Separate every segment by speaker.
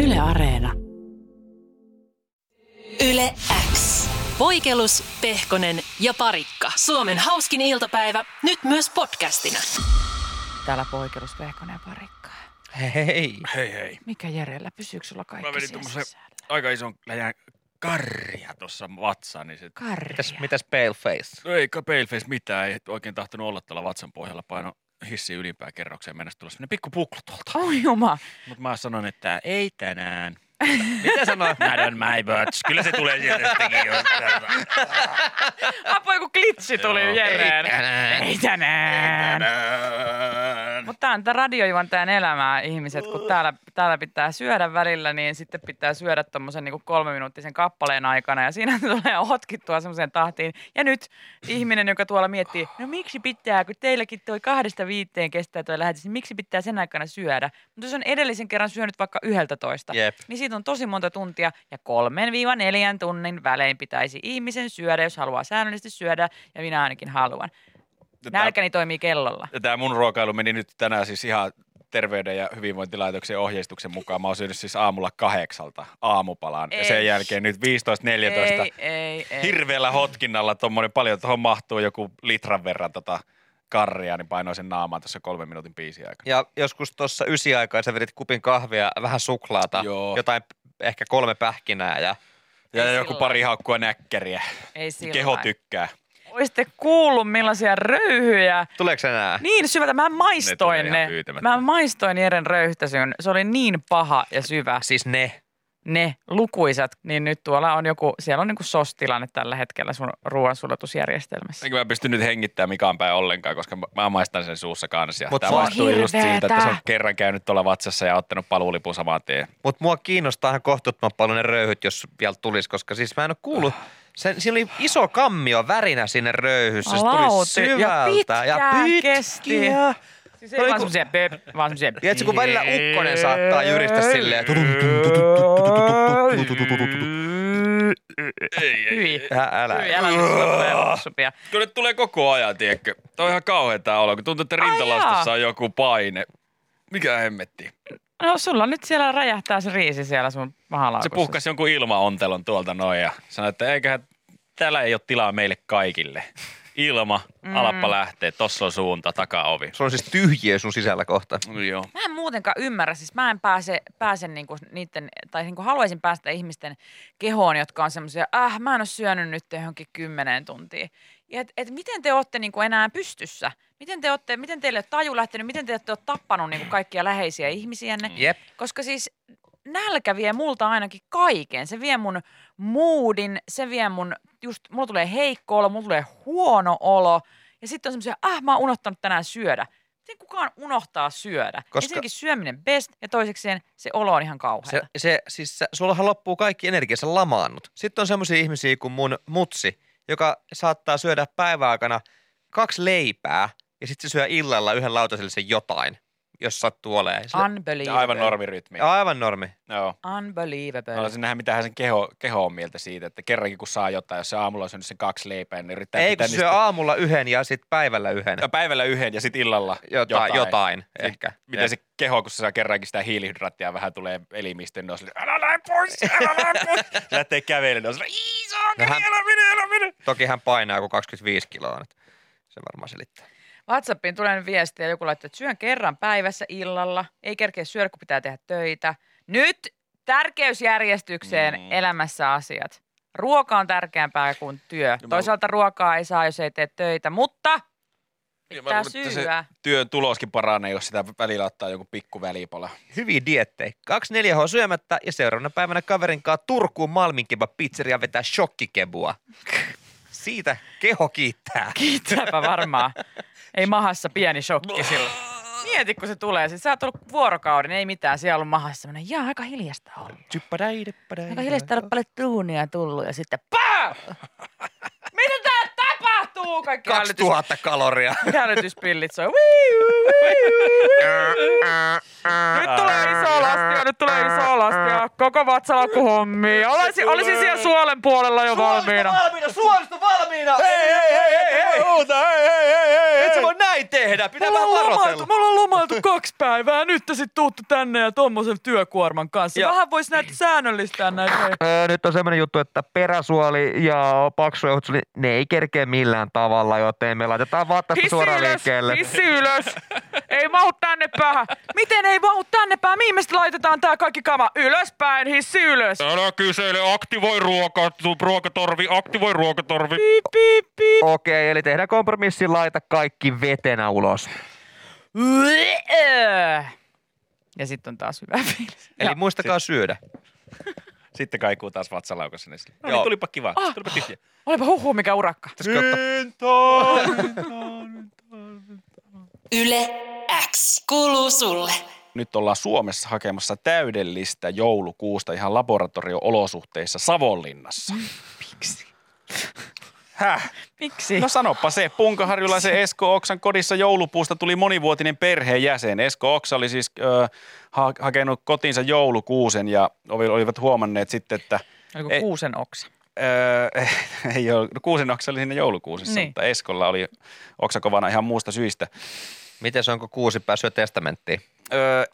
Speaker 1: Yle Areena.
Speaker 2: Yle X. Voikelus, Pehkonen ja Parikka. Suomen hauskin iltapäivä, nyt myös podcastina.
Speaker 1: Täällä poikelus Pehkonen ja Parikka.
Speaker 3: Hei.
Speaker 4: Hei hei.
Speaker 1: Mikä järjellä? Pysyykö sulla kaikki
Speaker 4: Mä vedin
Speaker 1: siellä
Speaker 4: tommosen
Speaker 1: sisällä?
Speaker 4: aika ison läjän karja tuossa vatsaan, niin se...
Speaker 1: Karja.
Speaker 3: Mitäs, mitäs pale face?
Speaker 4: No ei ka- paleface mitään, ei oikein tahtonut olla tällä vatsan pohjalla paino hissi ylimpään kerrokseen mennä tulla semmoinen pikku puklu tuolta.
Speaker 1: Oi juma.
Speaker 4: Mutta mä sanon, että ei tänään. Mitä sanoit? Madam my birds. Kyllä se tulee sieltä jostakin.
Speaker 1: Apua, joku klitsi tuli
Speaker 4: Joo.
Speaker 1: Jereen.
Speaker 4: Ei tänään.
Speaker 1: Ei tänään. Mutta tämä on tätä radiojuontajan elämää ihmiset, kun täällä, täällä pitää syödä välillä, niin sitten pitää syödä tuommoisen niinku kolmeminuuttisen kappaleen aikana ja siinä tulee hotkittua semmoiseen tahtiin. Ja nyt ihminen, joka tuolla miettii, no miksi pitää, kun teilläkin toi kahdesta viiteen kestää toi lähetys, niin miksi pitää sen aikana syödä? Mutta jos on edellisen kerran syönyt vaikka yhdeltä toista,
Speaker 3: Jep.
Speaker 1: niin siitä on tosi monta tuntia ja kolmen viiva neljän tunnin välein pitäisi ihmisen syödä, jos haluaa säännöllisesti syödä ja minä ainakin haluan. Nälkäni toimii kellolla.
Speaker 4: Tämä mun ruokailu meni nyt tänään siis ihan terveyden ja hyvinvointilaitoksen ohjeistuksen mukaan. Mä oon syönyt siis aamulla kahdeksalta aamupalaan. Ja
Speaker 1: Ei.
Speaker 4: sen jälkeen nyt 15.14.
Speaker 1: Ei, ei, ei.
Speaker 4: hirveällä hotkinnalla tuommoinen paljon, tuohon mahtuu joku litran verran tota karria, niin painoin sen naamaan tuossa kolmen minuutin biisin aikana.
Speaker 3: Ja joskus tuossa ysi aikaa sä vedit kupin kahvia, vähän suklaata,
Speaker 4: Joo.
Speaker 3: jotain ehkä kolme pähkinää ja
Speaker 4: Ja
Speaker 1: Ei
Speaker 4: joku
Speaker 1: sillä
Speaker 4: pari haukkua näkkäriä.
Speaker 1: Ei sillä
Speaker 4: Keho
Speaker 1: lailla.
Speaker 4: tykkää.
Speaker 1: Olisitte kuullut millaisia röyhyjä.
Speaker 3: tuleeko enää?
Speaker 1: Niin syvältä. Mä
Speaker 4: tulee
Speaker 1: maistoin
Speaker 4: ihan
Speaker 1: ne.
Speaker 4: pyytämättä.
Speaker 1: Mä maistoin Jeren röyhtäsyn. Se oli niin paha ja syvä.
Speaker 3: Siis ne.
Speaker 1: Ne lukuisat. Niin nyt tuolla on joku, siellä on niinku sostilanne tällä hetkellä sun ruoansulatusjärjestelmässä.
Speaker 4: Enkä mä pysty nyt hengittämään mikään päin ollenkaan, koska mä- mä maistan sen suussa kanssa.
Speaker 3: Mut
Speaker 4: Tämä
Speaker 3: se on
Speaker 4: maistuu just
Speaker 1: hirveetä.
Speaker 4: siltä, että se on kerran käynyt tuolla vatsassa ja ottanut paluulipun saman tien.
Speaker 3: Mutta mua kiinnostaahan kohtuuttoman paljon ne röyhyt, jos vielä tulisi, koska siis mä en ole kuullut. Sen, siinä oli iso kammio värinä sinne röyhyssä. Se tuli
Speaker 1: Alauti. Ja
Speaker 3: syvältä
Speaker 1: pitkään kesti. Siis ei
Speaker 3: Oli
Speaker 1: vaan
Speaker 3: ku-
Speaker 1: semmosia pöp, vaan semmosia
Speaker 3: Ja et kun välillä ukkonen saattaa jyristä silleen. tum, tum, tum, tum, tum, tum, tum, tum, tum, tum.
Speaker 1: Hyi.
Speaker 3: Ä-
Speaker 1: Hyi,
Speaker 3: Älä.
Speaker 1: älä nyt sulla tulee hassupia.
Speaker 4: Kyllä nyt tulee koko ajan, tiedätkö? Tämä on ihan kauhea tää olo, kun tuntuu, että
Speaker 1: Ai
Speaker 4: rintalastossa
Speaker 1: jaa.
Speaker 4: on joku paine. Mikä hemmetti?
Speaker 1: No sulla nyt siellä räjähtää se riisi siellä sun
Speaker 4: Se
Speaker 1: mahalaukussa.
Speaker 4: puhkasi jonkun ilmaontelon tuolta noin ja sanoi, että eiköhän täällä ei ole tilaa meille kaikille. Ilma, mm. alappa lähtee, tossa on suunta, takaovi.
Speaker 3: Sulla on siis tyhjiö sun sisällä kohta.
Speaker 4: No Joo.
Speaker 1: Mä en muutenkaan ymmärrä, siis mä en pääse, pääse niinku niitten, tai niinku haluaisin päästä ihmisten kehoon, jotka on semmoisia, äh mä en ole syönyt nyt johonkin kymmeneen tuntiin. Ja et, et miten te olette niinku enää pystyssä? Miten, te olette, miten teille on taju lähtenyt, miten te ette ole tappanut niinku kaikkia läheisiä ihmisiänne?
Speaker 3: Jep.
Speaker 1: Koska siis nälkä vie multa ainakin kaiken. Se vie mun moodin, se vie mun, just mulla tulee heikko olo, mulla tulee huono olo. Ja sitten on semmoisia, ah mä oon unohtanut tänään syödä. Miten kukaan unohtaa syödä?
Speaker 3: Koska-
Speaker 1: Koska... Ensinnäkin syöminen best ja toisekseen se olo on ihan kauhea.
Speaker 3: Se, se, siis se, sullahan loppuu kaikki energia, sä lamaannut. Sitten on semmoisia ihmisiä kuin mun mutsi, joka saattaa syödä päivän aikana kaksi leipää ja sitten se syö illalla yhden lautasellisen jotain, jos sattuu olemaan. Sille,
Speaker 4: Ja
Speaker 1: Unbelievable.
Speaker 4: aivan normirytmi.
Speaker 3: aivan normi.
Speaker 4: Joo.
Speaker 1: Unbelievable.
Speaker 4: Mä olisin nähdä, mitä hän sen keho, keho on mieltä siitä, että kerrankin kun saa jotain, jos se aamulla on syönyt sen kaksi leipää, niin yrittää
Speaker 3: Ei,
Speaker 4: pitää
Speaker 3: kun se syö aamulla yhden ja sitten päivällä yhden.
Speaker 4: Ja päivällä yhden ja sitten illalla
Speaker 3: Jotain, jotain,
Speaker 4: jotain.
Speaker 3: jotain ehkä.
Speaker 4: Siis Miten se keho, kun se saa kerrankin sitä hiilihydraattia vähän tulee elimistöön, niin on silleen, älä lähde pois, älä lähde pois. Se lähtee kävelemään, niin on silleen, ii, saakeli,
Speaker 3: Vähän-
Speaker 4: älä mene, älä mene.
Speaker 3: Toki hän painaa kuin 25 kiloa nyt. Se varmaan selittää.
Speaker 1: Whatsappiin tulee nyt viestiä, joku laittaa, että syön kerran päivässä illalla, ei kerkeä syödä, kun pitää tehdä töitä. Nyt tärkeysjärjestykseen
Speaker 4: Mm.
Speaker 1: mm. elämässä asiat. Ruoka on tärkeämpää kuin työ.
Speaker 4: mä-
Speaker 1: Toisaalta ruokaa ei saa, jos ei tee töitä, mutta
Speaker 4: Ja mä
Speaker 1: pitää
Speaker 4: luulen, että se-
Speaker 1: syödä.
Speaker 4: Työn tuloskin paranee, jos sitä välillä ottaa joku pikku välipala.
Speaker 3: Hyviä diettejä. Kaksi 4H syömättä ja seuraavana päivänä kaverin kanssa Turkuun Malminkeba pizzeria vetää shokkikebua. Siitä keho kiittää.
Speaker 1: Kiittääpä varmaan. Ei mahassa pieni shokki sillä. Mieti, kun se tulee. Siis sä oot ollut vuorokauden, ei mitään. Siellä on ollut mahassa semmoinen, jaa, aika hiljasta on. Aika hiljasta on paljon tuunia tullut ja sitten pää! Mitä tää tapahtuu? Kaikki hälytys,
Speaker 3: 2000 kaloria.
Speaker 1: hälytyspillit soi. Wiu, wiu, wiu. Nyt tulee iso lastia, nyt tulee iso lastia. ja koko vatsalakkuhommi. Olisin, olisin siellä suolen puolella jo valmiina.
Speaker 3: valmiina, suolisto valmiina! Hei, hei, hei, hei, hei!
Speaker 4: Huuta, ei, ei, ei,
Speaker 3: Et sä voi näin tehdä, pitää
Speaker 1: Mulla
Speaker 3: vähän
Speaker 1: on,
Speaker 3: varotella.
Speaker 1: lomailtu, mulla on lomailtu kaksi päivää, nyt te sit tuutte tänne ja tommosen työkuorman kanssa.
Speaker 3: Joo.
Speaker 1: Vähän vois näitä säännöllistää näitä.
Speaker 3: Öö, Nyt on semmoinen juttu, että peräsuoli ja paksu ehotusuli, ne ei kerkeä millään tavalla, joten me laitetaan vaatteesta
Speaker 1: Hissi ylös, hissi ylös. Ei mahu tänne päähän. Miten ei mahu tänne päähän? Mihin me sit laitetaan tää kaikki kama? Ylöspäin, hissi ylös.
Speaker 4: Älä kysele, aktivoi ruoka, ruokatorvi, aktivoi ruokatorvi.
Speaker 1: Piip, piip, piip.
Speaker 3: Okei, eli tehdään kompromissi, laita kaikki vetenä ulos.
Speaker 1: Ja sitten on taas hyvä fiilis.
Speaker 3: Eli
Speaker 1: Joo.
Speaker 3: muistakaa syödä.
Speaker 4: Sitten kaikuu taas vatsalauka sinne. sille. No
Speaker 3: Joo.
Speaker 4: niin, tulipa kiva. Tulipa tyhjä.
Speaker 1: Olipa huhu mikä urakka.
Speaker 3: Pitäisikö ottaa-
Speaker 2: Yle X. Kuuluu sulle.
Speaker 4: Nyt ollaan Suomessa hakemassa täydellistä joulukuusta ihan laboratorio-olosuhteissa Savonlinnassa. Miksi? Häh?
Speaker 1: Miksi?
Speaker 4: No sanoppa se. Punkaharjulaisen Esko Oksan kodissa joulupuusta tuli monivuotinen perheenjäsen. Esko Oksa oli siis ö, ha- hakenut kotiinsa joulukuusen ja oli- olivat huomanneet sitten, että
Speaker 1: Oliko
Speaker 4: ei-
Speaker 1: kuusen oksa?
Speaker 4: Öö, ei ole, no kuusen oksa oli siinä joulukuusessa,
Speaker 1: Niin.
Speaker 4: niin. mutta Eskolla oli oksa kovana ihan muusta syistä.
Speaker 3: Miten se onko kuusi päässyt testamenttiin?
Speaker 4: Öö,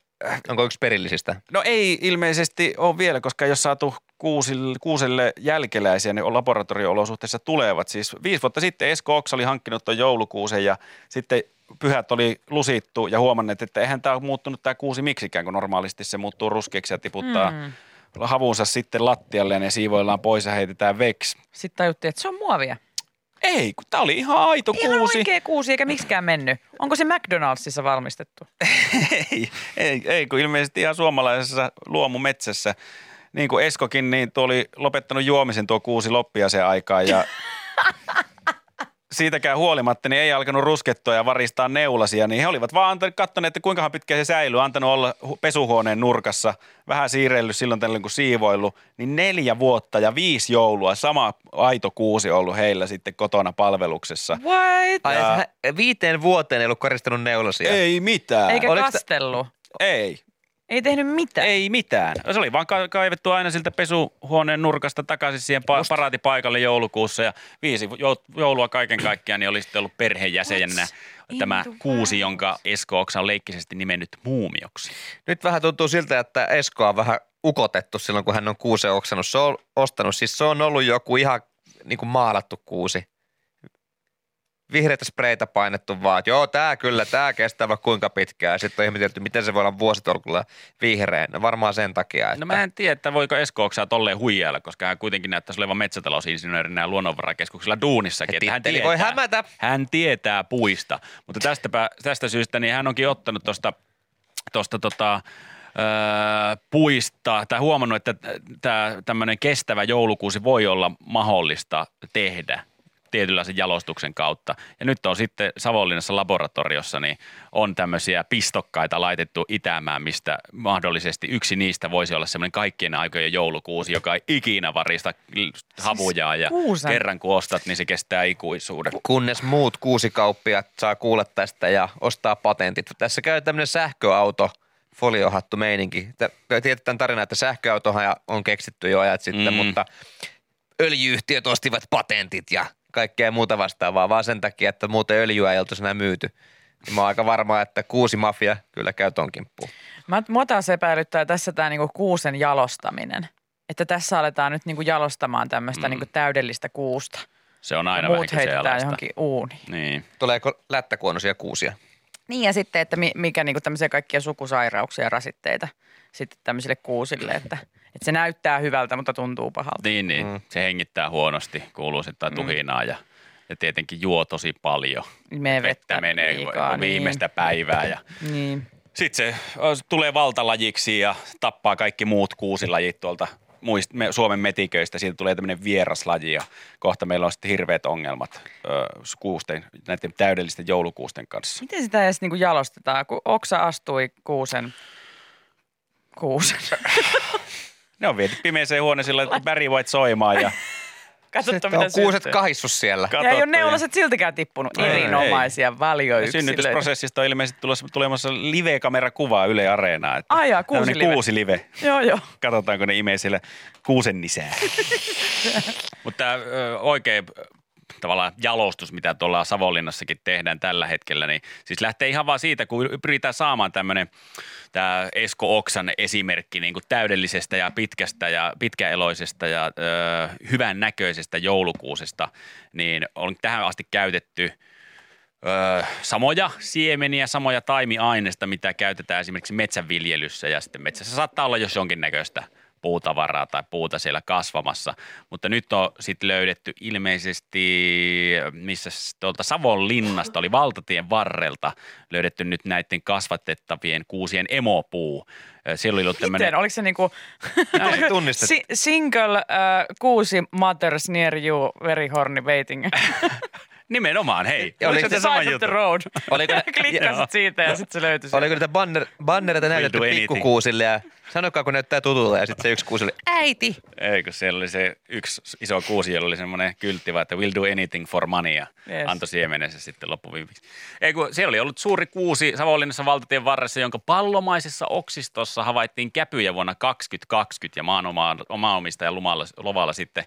Speaker 3: Onko yksi perillisistä?
Speaker 4: no ei ilmeisesti ole vielä, koska jos saatu kuusille, kuuselle jälkeläisiä, niin laboratorio-olosuhteissa tulevat. Siis viisi vuotta sitten Esko Oksa oli hankkinut tuon joulukuusen ja sitten pyhät oli lusittu ja huomanneet, että eihän tämä ole muuttunut tämä kuusi miksikään, kun normaalisti se muuttuu ruskeaksi ja tiputtaa mm. havunsa sitten lattialle ja ne siivoillaan pois ja heitetään veksi.
Speaker 1: Sitten tajuttiin, että se on muovia.
Speaker 4: Ei, kun tämä oli ihan aito
Speaker 1: Ihan
Speaker 4: kuusi.
Speaker 1: oikea kuusi, eikä miksikään mennyt. Onko se McDonaldsissa valmistettu?
Speaker 4: ei, ei, ei, kun ilmeisesti ihan suomalaisessa luomumetsässä, niin kuin Eskokin, niin tuo oli lopettanut juomisen tuo kuusi loppia se aikaan ja siitäkään huolimatta, niin ei alkanut ruskettua ja varistaa neulasia, niin he olivat vaan antanut, katsoneet, että kuinkahan pitkä se säilyy, antanut olla hu- pesuhuoneen nurkassa, vähän siirrellyt silloin tällöin kun siivoillut, niin neljä vuotta ja viisi joulua sama aito kuusi ollut heillä sitten kotona palveluksessa.
Speaker 1: What?
Speaker 3: Ai,
Speaker 4: Jaa.
Speaker 3: hän- viiteen vuoteen ei ollut koristanut neulasia.
Speaker 4: Ei mitään.
Speaker 1: Eikä
Speaker 3: Oliko tä-
Speaker 1: kastellut.
Speaker 4: Ei.
Speaker 1: Ei tehnyt mitään.
Speaker 4: Ei mitään. Se oli vaan ka- kaivettu aina siltä pesuhuoneen nurkasta takaisin siihen pa- paraatipaikalle joulukuussa ja viisi jou- joulua kaiken kaikkiaan, niin oli sitten ollut perheenjäsenenä tämä
Speaker 1: Into
Speaker 4: kuusi, jonka Esko Oksa on leikkisesti nimennyt muumioksi.
Speaker 3: Nyt vähän tuntuu siltä, että Eskoa on vähän ukotettu silloin, kun hän on kuusen oksanut. Se on ostanut, siis se on ollut joku ihan niin kuin maalattu kuusi. Vihreitä spreitä painettu vaan, että joo, tämä kyllä, tämä kestää vaikka kuinka pitkään. Sitten on ihmetelty, miten se voi olla vuositolkulla vihreän. No varmaan sen takia, että...
Speaker 4: No mä en tiedä, että voiko Esko Oksaa tolleen huijailla, koska hän kuitenkin näyttäisi olevan metsätalousinsinöörinä ja luonnonvarakeskuksella duunissakin. Että hän
Speaker 3: Titteli
Speaker 4: tietää,
Speaker 3: voi hämätä.
Speaker 4: Hän tietää puista, mutta tästäpä, tästä syystä niin hän onkin ottanut tuosta tosta, tota, öö, puista tai huomannut, että tämä tämmöinen kestävä joulukuusi voi olla mahdollista tehdä tietynlaisen jalostuksen kautta. Ja nyt on sitten Savonlinnassa laboratoriossa, niin on tämmöisiä pistokkaita laitettu itämään, mistä mahdollisesti yksi niistä voisi olla semmoinen kaikkien aikojen joulukuusi, joka ei ikinä varista havujaa ja
Speaker 1: Siis kuusen-
Speaker 4: kerran kun ostat, niin se kestää ikuisuuden.
Speaker 3: kunnes muut kuusikauppiat saa kuulla tästä ja ostaa patentit. Tässä käy tämmöinen sähköauto foliohattu meininki. Tiedät tämän tarinan, että sähköautohan on keksitty jo ajat sitten,
Speaker 4: Mm.
Speaker 3: mm. mutta öljyyhtiöt ostivat patentit ja kaikkea muuta vastaavaa, vaan sen takia, että muuten öljyä ei oltaisi enää myyty. Niin Mä oon aika varma, että kuusi mafia kyllä käy ton kimppuun.
Speaker 1: Mä, mua taas epäilyttää tässä tämä niinku kuusen jalostaminen. Että tässä aletaan nyt niinku jalostamaan tämmöistä
Speaker 4: Mm.
Speaker 1: niinku täydellistä kuusta.
Speaker 4: Se on
Speaker 1: Ja
Speaker 4: aina vähän
Speaker 1: Muut heitetään
Speaker 4: kyseenalaista.
Speaker 1: johonkin uuniin.
Speaker 4: Niin.
Speaker 3: Tuleeko lättäkuonosia kuusia?
Speaker 1: Niin ja sitten, että mi- mikä niinku tämmöisiä kaikkia sukusairauksia ja rasitteita sitten tämmöisille kuusille, että, että se näyttää hyvältä, mutta tuntuu pahalta.
Speaker 4: Niin, niin. Mm.
Speaker 3: Mm.
Speaker 4: Se hengittää huonosti, kuuluu sitten tuhinaa ja, ja tietenkin juo tosi paljon.
Speaker 1: Niin Menee vettä
Speaker 4: menee
Speaker 1: liikaa,
Speaker 4: viimeistä päivää ja
Speaker 1: Niin.
Speaker 4: sitten niin. se ö, tulee valtalajiksi ja tappaa kaikki muut kuusi lajit tuolta muist, me, Suomen metiköistä. Siitä tulee tämmöinen vieraslaji ja kohta meillä on sitten hirveät ongelmat ö, kuusten, näiden täydellisten joulukuusten kanssa.
Speaker 1: Miten sitä edes niinku jalostetaan, kun oksa astui kuusen kuusen?
Speaker 4: Ne on viety pimeäseen huoneeseen, laitettu Barry White soimaan ja
Speaker 1: Katsottu,
Speaker 3: Sitten
Speaker 1: mitä
Speaker 3: on kuuset
Speaker 1: syntyy.
Speaker 3: kahissut siellä.
Speaker 1: Ja ei
Speaker 4: Katsottu,
Speaker 1: ole neulaset siltikään tippunut.
Speaker 4: Ei,
Speaker 1: Erinomaisia
Speaker 4: Ja
Speaker 1: valioyksilöitä.
Speaker 4: Synnytysprosessista on ilmeisesti tulossa, tulemassa live-kamerakuvaa Yle Areenaa. Että
Speaker 1: Ai jaa, kuusi
Speaker 4: tämmönen
Speaker 1: live.
Speaker 4: kuusi live.
Speaker 1: Joo, joo.
Speaker 4: Katsotaanko ne imee siellä kuusen nisää. Mutta tämä oikea ö, tavallaan jalostus, mitä tuolla Savonlinnassakin tehdään tällä hetkellä, niin siis lähtee ihan vaan siitä, kun y- pyritään saamaan tämmöinen tämä Esko Oksan esimerkki niin kuin täydellisestä ja pitkästä ja pitkäeloisesta ja ö, hyvän näköisestä joulukuusesta, niin on tähän asti käytetty – Öö, samoja siemeniä, samoja taimiaineista, mitä käytetään esimerkiksi metsänviljelyssä ja sitten metsässä saattaa olla jos jonkinnäköistä puutavaraa tai puuta siellä kasvamassa. Mutta nyt on sitten löydetty ilmeisesti, missä s- tuolta Savon linnasta oli valtatien varrelta löydetty nyt näiden kasvatettavien kuusien emopuu. Ö, Siellä oli ollut tämmöinen
Speaker 1: Miten? Oliko se niinku
Speaker 3: Näin se tunnistettu.
Speaker 1: si- single uh, kuusi mothers near you, very horny waiting?
Speaker 4: Nimenomaan, hei.
Speaker 3: Ja oli
Speaker 4: Oliko
Speaker 3: se
Speaker 4: se sama
Speaker 1: Signs of the
Speaker 4: juttu?
Speaker 1: road.
Speaker 3: Oliko-
Speaker 4: Joo.
Speaker 1: Klikkasit siitä ja sitten se löytyi. sieltä.
Speaker 3: Oliko niitä banner, bannereita näytetty
Speaker 4: do anything.
Speaker 3: pikkukuusille ja sanokaa, kun näyttää tutulta ja sitten se yksi kuusi oli, äiti.
Speaker 4: Eikö siellä oli se yksi iso kuusi, jolla oli semmoinen kyltti vaan, että we'll do anything for money ja yes.
Speaker 1: Yes.
Speaker 4: antoi siemenensä sitten loppuviimeksi. Ei kun siellä oli ollut suuri kuusi Savonlinnassa valtatien varressa, jonka pallomaisessa oksistossa havaittiin käpyjä vuonna 2020 ja maanomistaja maanomistaja Lumalla, Lovalla sitten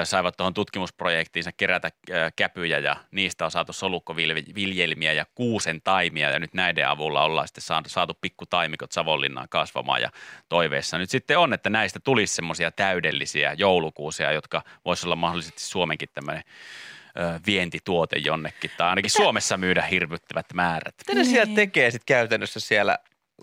Speaker 4: ö, saivat tuohon tutkimusprojektiinsa kerätä ö, käpyjä ja niistä on saatu solukkoviljelmiä ja kuusen taimia ja nyt näiden avulla ollaan sitten saatu, saatu pikkutaimikot Savonlinnaan kasvamaan ja toiveessa nyt sitten on, että näistä tulisi semmoisia täydellisiä joulukuusia, jotka voisi olla mahdollisesti Suomenkin tämmöinen ö, vientituote jonnekin tai ainakin Suomessa myydä hirvyttävät määrät.
Speaker 3: Mitä ne
Speaker 1: Niin.
Speaker 3: siellä tekee sitten käytännössä siellä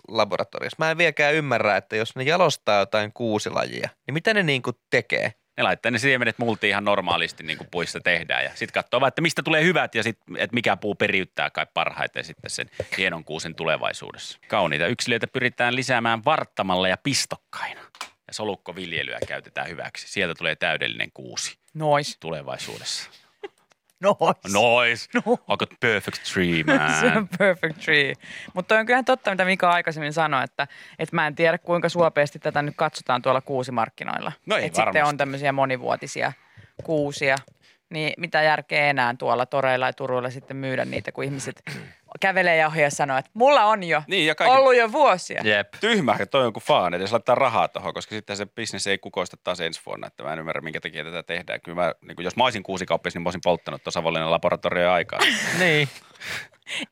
Speaker 3: laboratoriossa? Mä en vieläkään ymmärrä, että jos ne jalostaa jotain kuusilajia, niin mitä ne niinku tekee?
Speaker 4: Ne laittaa ne siemenet multiin ihan normaalisti niin kuin puissa tehdään ja sitten katsoo vaan, että mistä tulee hyvät ja sitten, että mikä puu periyttää kai parhaiten sitten sen hienon kuusen tulevaisuudessa. Kauniita yksilöitä pyritään lisäämään varttamalla ja pistokkaina ja solukkoviljelyä käytetään hyväksi. Sieltä tulee täydellinen kuusi
Speaker 1: Nois.
Speaker 4: tulevaisuudessa.
Speaker 1: Nois.
Speaker 4: Nois! No. Onko perfect tree,
Speaker 1: Se on
Speaker 4: man?
Speaker 1: perfect tree. Mutta on kyllähän totta, mitä Mika aikaisemmin sanoi, että, että mä en tiedä kuinka suopeasti tätä nyt katsotaan tuolla kuusimarkkinoilla.
Speaker 4: No ei
Speaker 1: Et sitten
Speaker 4: varmasti.
Speaker 1: on tämmöisiä monivuotisia kuusia. Niin mitä järkeä enää tuolla toreilla ja turuilla sitten myydä niitä, kun ihmiset kävelee ja ohjaa ja sanoo, että mulla on jo
Speaker 4: Niin, ja kaikki- Niin.
Speaker 1: ollut jo vuosia.
Speaker 3: Jep.
Speaker 4: Tyhmää, toi on kuin faan, että jos laittaa rahaa tuohon, koska sitten se bisnes ei kukoista taas ensi vuonna, että mä en ymmärrä, minkä takia tätä tehdään. Kyllä mä, niin kuin, jos mä olisin kuusikauppias, niin mä olisin polttanut tuossa Savonlinnan laboratorioon aikaa.
Speaker 3: Niin.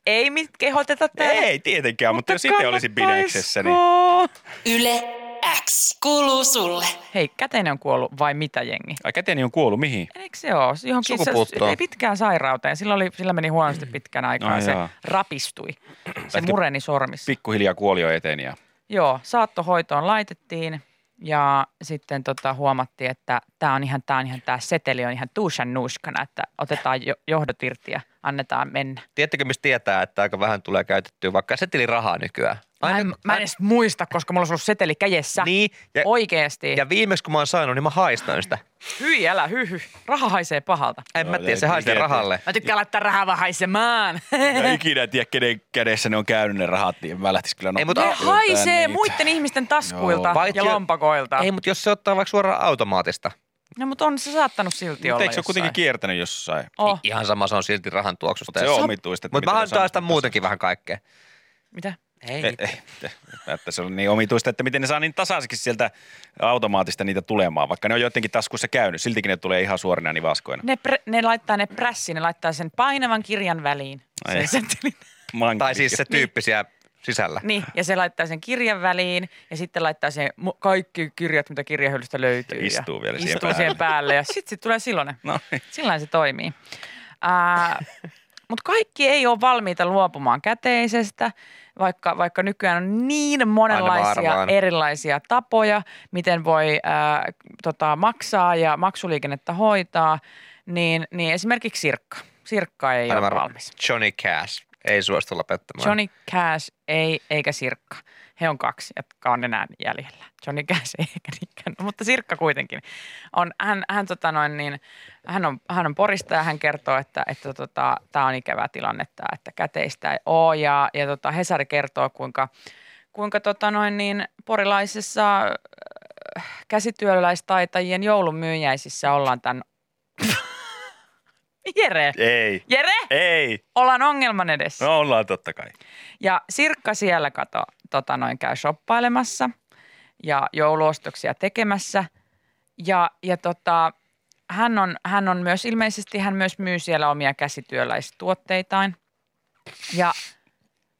Speaker 1: Ei mit kehoteta täällä.
Speaker 4: Ei tietenkään, mutta, jos itse olisi bineksessä, niin
Speaker 1: kannattaisiko?
Speaker 2: Yle X kuuluu sulle.
Speaker 1: Hei, käteinen on kuollut vai mitä jengi?
Speaker 4: Ai käteni on kuollut, mihin?
Speaker 1: Eikö se ole? Johonkin
Speaker 3: Sukupuuttoon.
Speaker 1: se, ei pitkään sairauteen. Sillä, oli, sillä meni huonosti pitkän aikaa.
Speaker 4: Ai
Speaker 1: se
Speaker 4: jaa.
Speaker 1: rapistui. Se
Speaker 4: Lähti
Speaker 1: mureni sormissa.
Speaker 4: Pikkuhiljaa kuolio eteni ja
Speaker 1: Joo, saattohoitoon laitettiin ja sitten tota, huomattiin, että tämä on ihan, tää on ihan, tää seteli on ihan tuushan nuuskana, että otetaan jo, johdot irti ja annetaan mennä.
Speaker 3: Tiedättekö, mistä tietää, että aika vähän tulee käytettyä vaikka setelirahaa nykyään?
Speaker 1: Mä en, mä en edes muista, koska mulla on ollut seteli kädessä.
Speaker 3: Niin, ja,
Speaker 1: Ja, Oikeesti. Ja,
Speaker 3: ja viimeksi kun mä oon saanut, niin mä haistan sitä.
Speaker 1: Hyi, älä hyhy. Raha haisee pahalta.
Speaker 3: En mä
Speaker 4: Joo,
Speaker 3: tiedä, se
Speaker 4: No, ei-
Speaker 3: haisee
Speaker 4: ei-
Speaker 3: rahalle.
Speaker 1: Mä tykkään laittaa rahaa vaan haisemaan.
Speaker 4: en ikinä tiedä, kenen kädessä ne on käynyt ne rahat, niin mä lähtisin kyllä niin-
Speaker 3: Ei, mutta-
Speaker 1: Ne
Speaker 3: Tää
Speaker 1: haisee muiden ihmisten taskuilta
Speaker 3: Joo.
Speaker 1: ja lompakoilta.
Speaker 3: Ei, mutta jos se ottaa vaikka suoraan automaatista. niin
Speaker 1: No mutta on se saattanut silti
Speaker 4: Mutta
Speaker 1: olla
Speaker 4: eikö se ole kuitenkin
Speaker 1: jossain.
Speaker 4: kiertänyt jossain?
Speaker 1: Oh,
Speaker 3: Ihan sama, se on silti rahan tuoksusta.
Speaker 4: Mutta se on omituista.
Speaker 3: Mutta mä haistan sitä muutenkin vähän kaikkea.
Speaker 1: mitä?
Speaker 3: Ei,
Speaker 4: Ei, ei, että- että se on niin omituista, että miten ne saa niin tasaisesti sieltä automaatista niitä tulemaan, vaikka ne on joidenkin taskuissa käynyt. Siltikin ne tulee ihan suorina nivaskoina.
Speaker 1: Ne, pre, ne laittaa ne prässiin, ne laittaa sen painavan kirjan väliin.
Speaker 4: Ai.
Speaker 1: Sen setelin.
Speaker 4: Mankin.
Speaker 3: Tai siis se tyyppi siellä sisällä.
Speaker 1: Niin, ja se laittaa sen kirjan väliin ja sitten laittaa sen mu- kaikki kirjat, mitä kirjahyllystä löytyy.
Speaker 4: Ja istuu vielä siihen
Speaker 1: istuu
Speaker 4: päälle.
Speaker 1: siihen päälle. Ja sitten sit tulee silloinen.
Speaker 4: No,
Speaker 1: Sillain se toimii. Äh, Mutta kaikki ei ole valmiita luopumaan käteisestä, vaikka, vaikka nykyään on niin monenlaisia
Speaker 3: arvaan.
Speaker 1: erilaisia tapoja, miten voi ää, tota, maksaa ja maksuliikennettä hoitaa, niin, niin esimerkiksi sirkka. Sirkka ei
Speaker 3: Aina
Speaker 1: ole
Speaker 3: varmaan.
Speaker 1: valmis.
Speaker 3: Johnny Cash. Ei suostu lopettamaan.
Speaker 1: Johnny Cash ei, eikä Sirkka. He on kaksi, jotka on enää jäljellä. Johnny Cash ei eikä niinkään, no, mutta Sirkka kuitenkin. On, hän, hän, tota noin, niin, hän, on, hän on porista ja hän kertoo, että tämä että, tota, tää on ikävä tilanne, tää, että käteistä ei ole. Ja, ja tota, Hesari kertoo, kuinka, kuinka tota noin, niin, porilaisessa äh, käsityöläistaitajien joulumyyjäisissä ollaan tämän Jere.
Speaker 4: Ei.
Speaker 1: Jere,
Speaker 4: Ei.
Speaker 1: ollaan ongelman edessä.
Speaker 4: No ollaan totta kai.
Speaker 1: Ja Sirkka siellä kato, tota noin, käy shoppailemassa ja jouluostoksia tekemässä. Ja, ja tota, hän, on, hän on myös, ilmeisesti hän myös myy siellä omia käsityöläistuotteitaan. Ja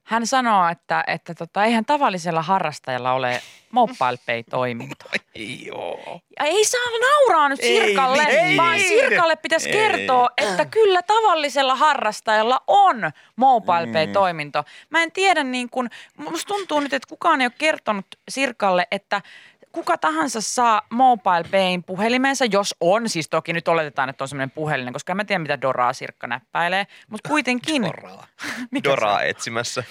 Speaker 1: hän sanoo, että, että tota, eihän tavallisella harrastajalla ole mobile pay toimintoa.
Speaker 4: Joo.
Speaker 1: Ei saa nauraa nyt
Speaker 4: Ei
Speaker 1: Sirkalle,
Speaker 4: niin.
Speaker 1: vaan Sirkalle pitäisi
Speaker 4: Ei.
Speaker 1: kertoa, että kyllä tavallisella harrastajalla on mobile
Speaker 4: Mm.
Speaker 1: pay-toiminto. Mä en tiedä, niin kun, musta tuntuu nyt, että kukaan ei ole kertonut Sirkalle, että kuka tahansa saa mobile payin puhelimeensa, jos on. Siis toki nyt oletetaan, että on semmoinen puhelin, koska en mä tiedä, mitä Doraa Sirkka näppäilee. Mutta kuitenkin.
Speaker 3: Doraa.
Speaker 1: Niin. Mikä
Speaker 3: Doraa etsimässä.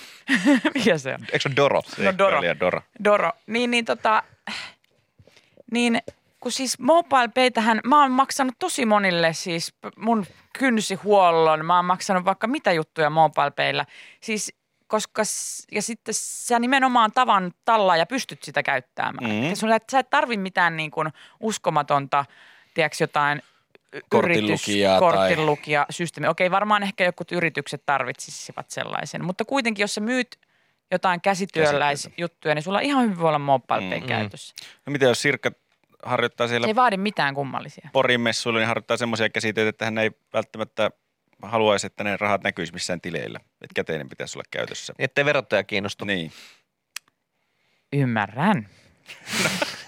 Speaker 1: Se on? Mikä se on?
Speaker 3: Eikö se ole Doro?
Speaker 1: No Doro.
Speaker 4: Seikkailija Dora.
Speaker 1: Doro, niin, niin tota, niin kun siis mobile peitähän, mä oon maksanut tosi monille siis p- mun kynsihuollon, mä oon maksanut vaikka mitä juttuja mobile peillä. Siis koska, s- ja sitten sä nimenomaan tavan talla ja pystyt sitä käyttämään.
Speaker 4: Mm.
Speaker 1: Mm. Ja sulla, et- sä et tarvi mitään niin kuin uskomatonta, tiedätkö jotain y-
Speaker 4: Kortinlukijaa tai-
Speaker 1: kortinlukija, systeemi. Okei, varmaan ehkä jotkut yritykset tarvitsisivat sellaisen, mutta kuitenkin jos sä myyt jotain käsityöläisjuttuja, niin sulla ihan hyvin voi olla mobile pay
Speaker 4: Mm.
Speaker 1: käytössä.
Speaker 4: No mitä jos Sirkka harjoittaa
Speaker 1: Se
Speaker 4: siellä
Speaker 1: ei vaadi mitään kummallisia.
Speaker 4: Porin messuilla, niin harjoittaa semmoisia käsitöitä, että hän ei välttämättä haluaisi, että ne rahat näkyisi missään tileillä. Että käteinen pitäisi olla käytössä.
Speaker 3: Niin, ettei verottaja kiinnostu.
Speaker 4: Niin.
Speaker 1: Ymmärrän.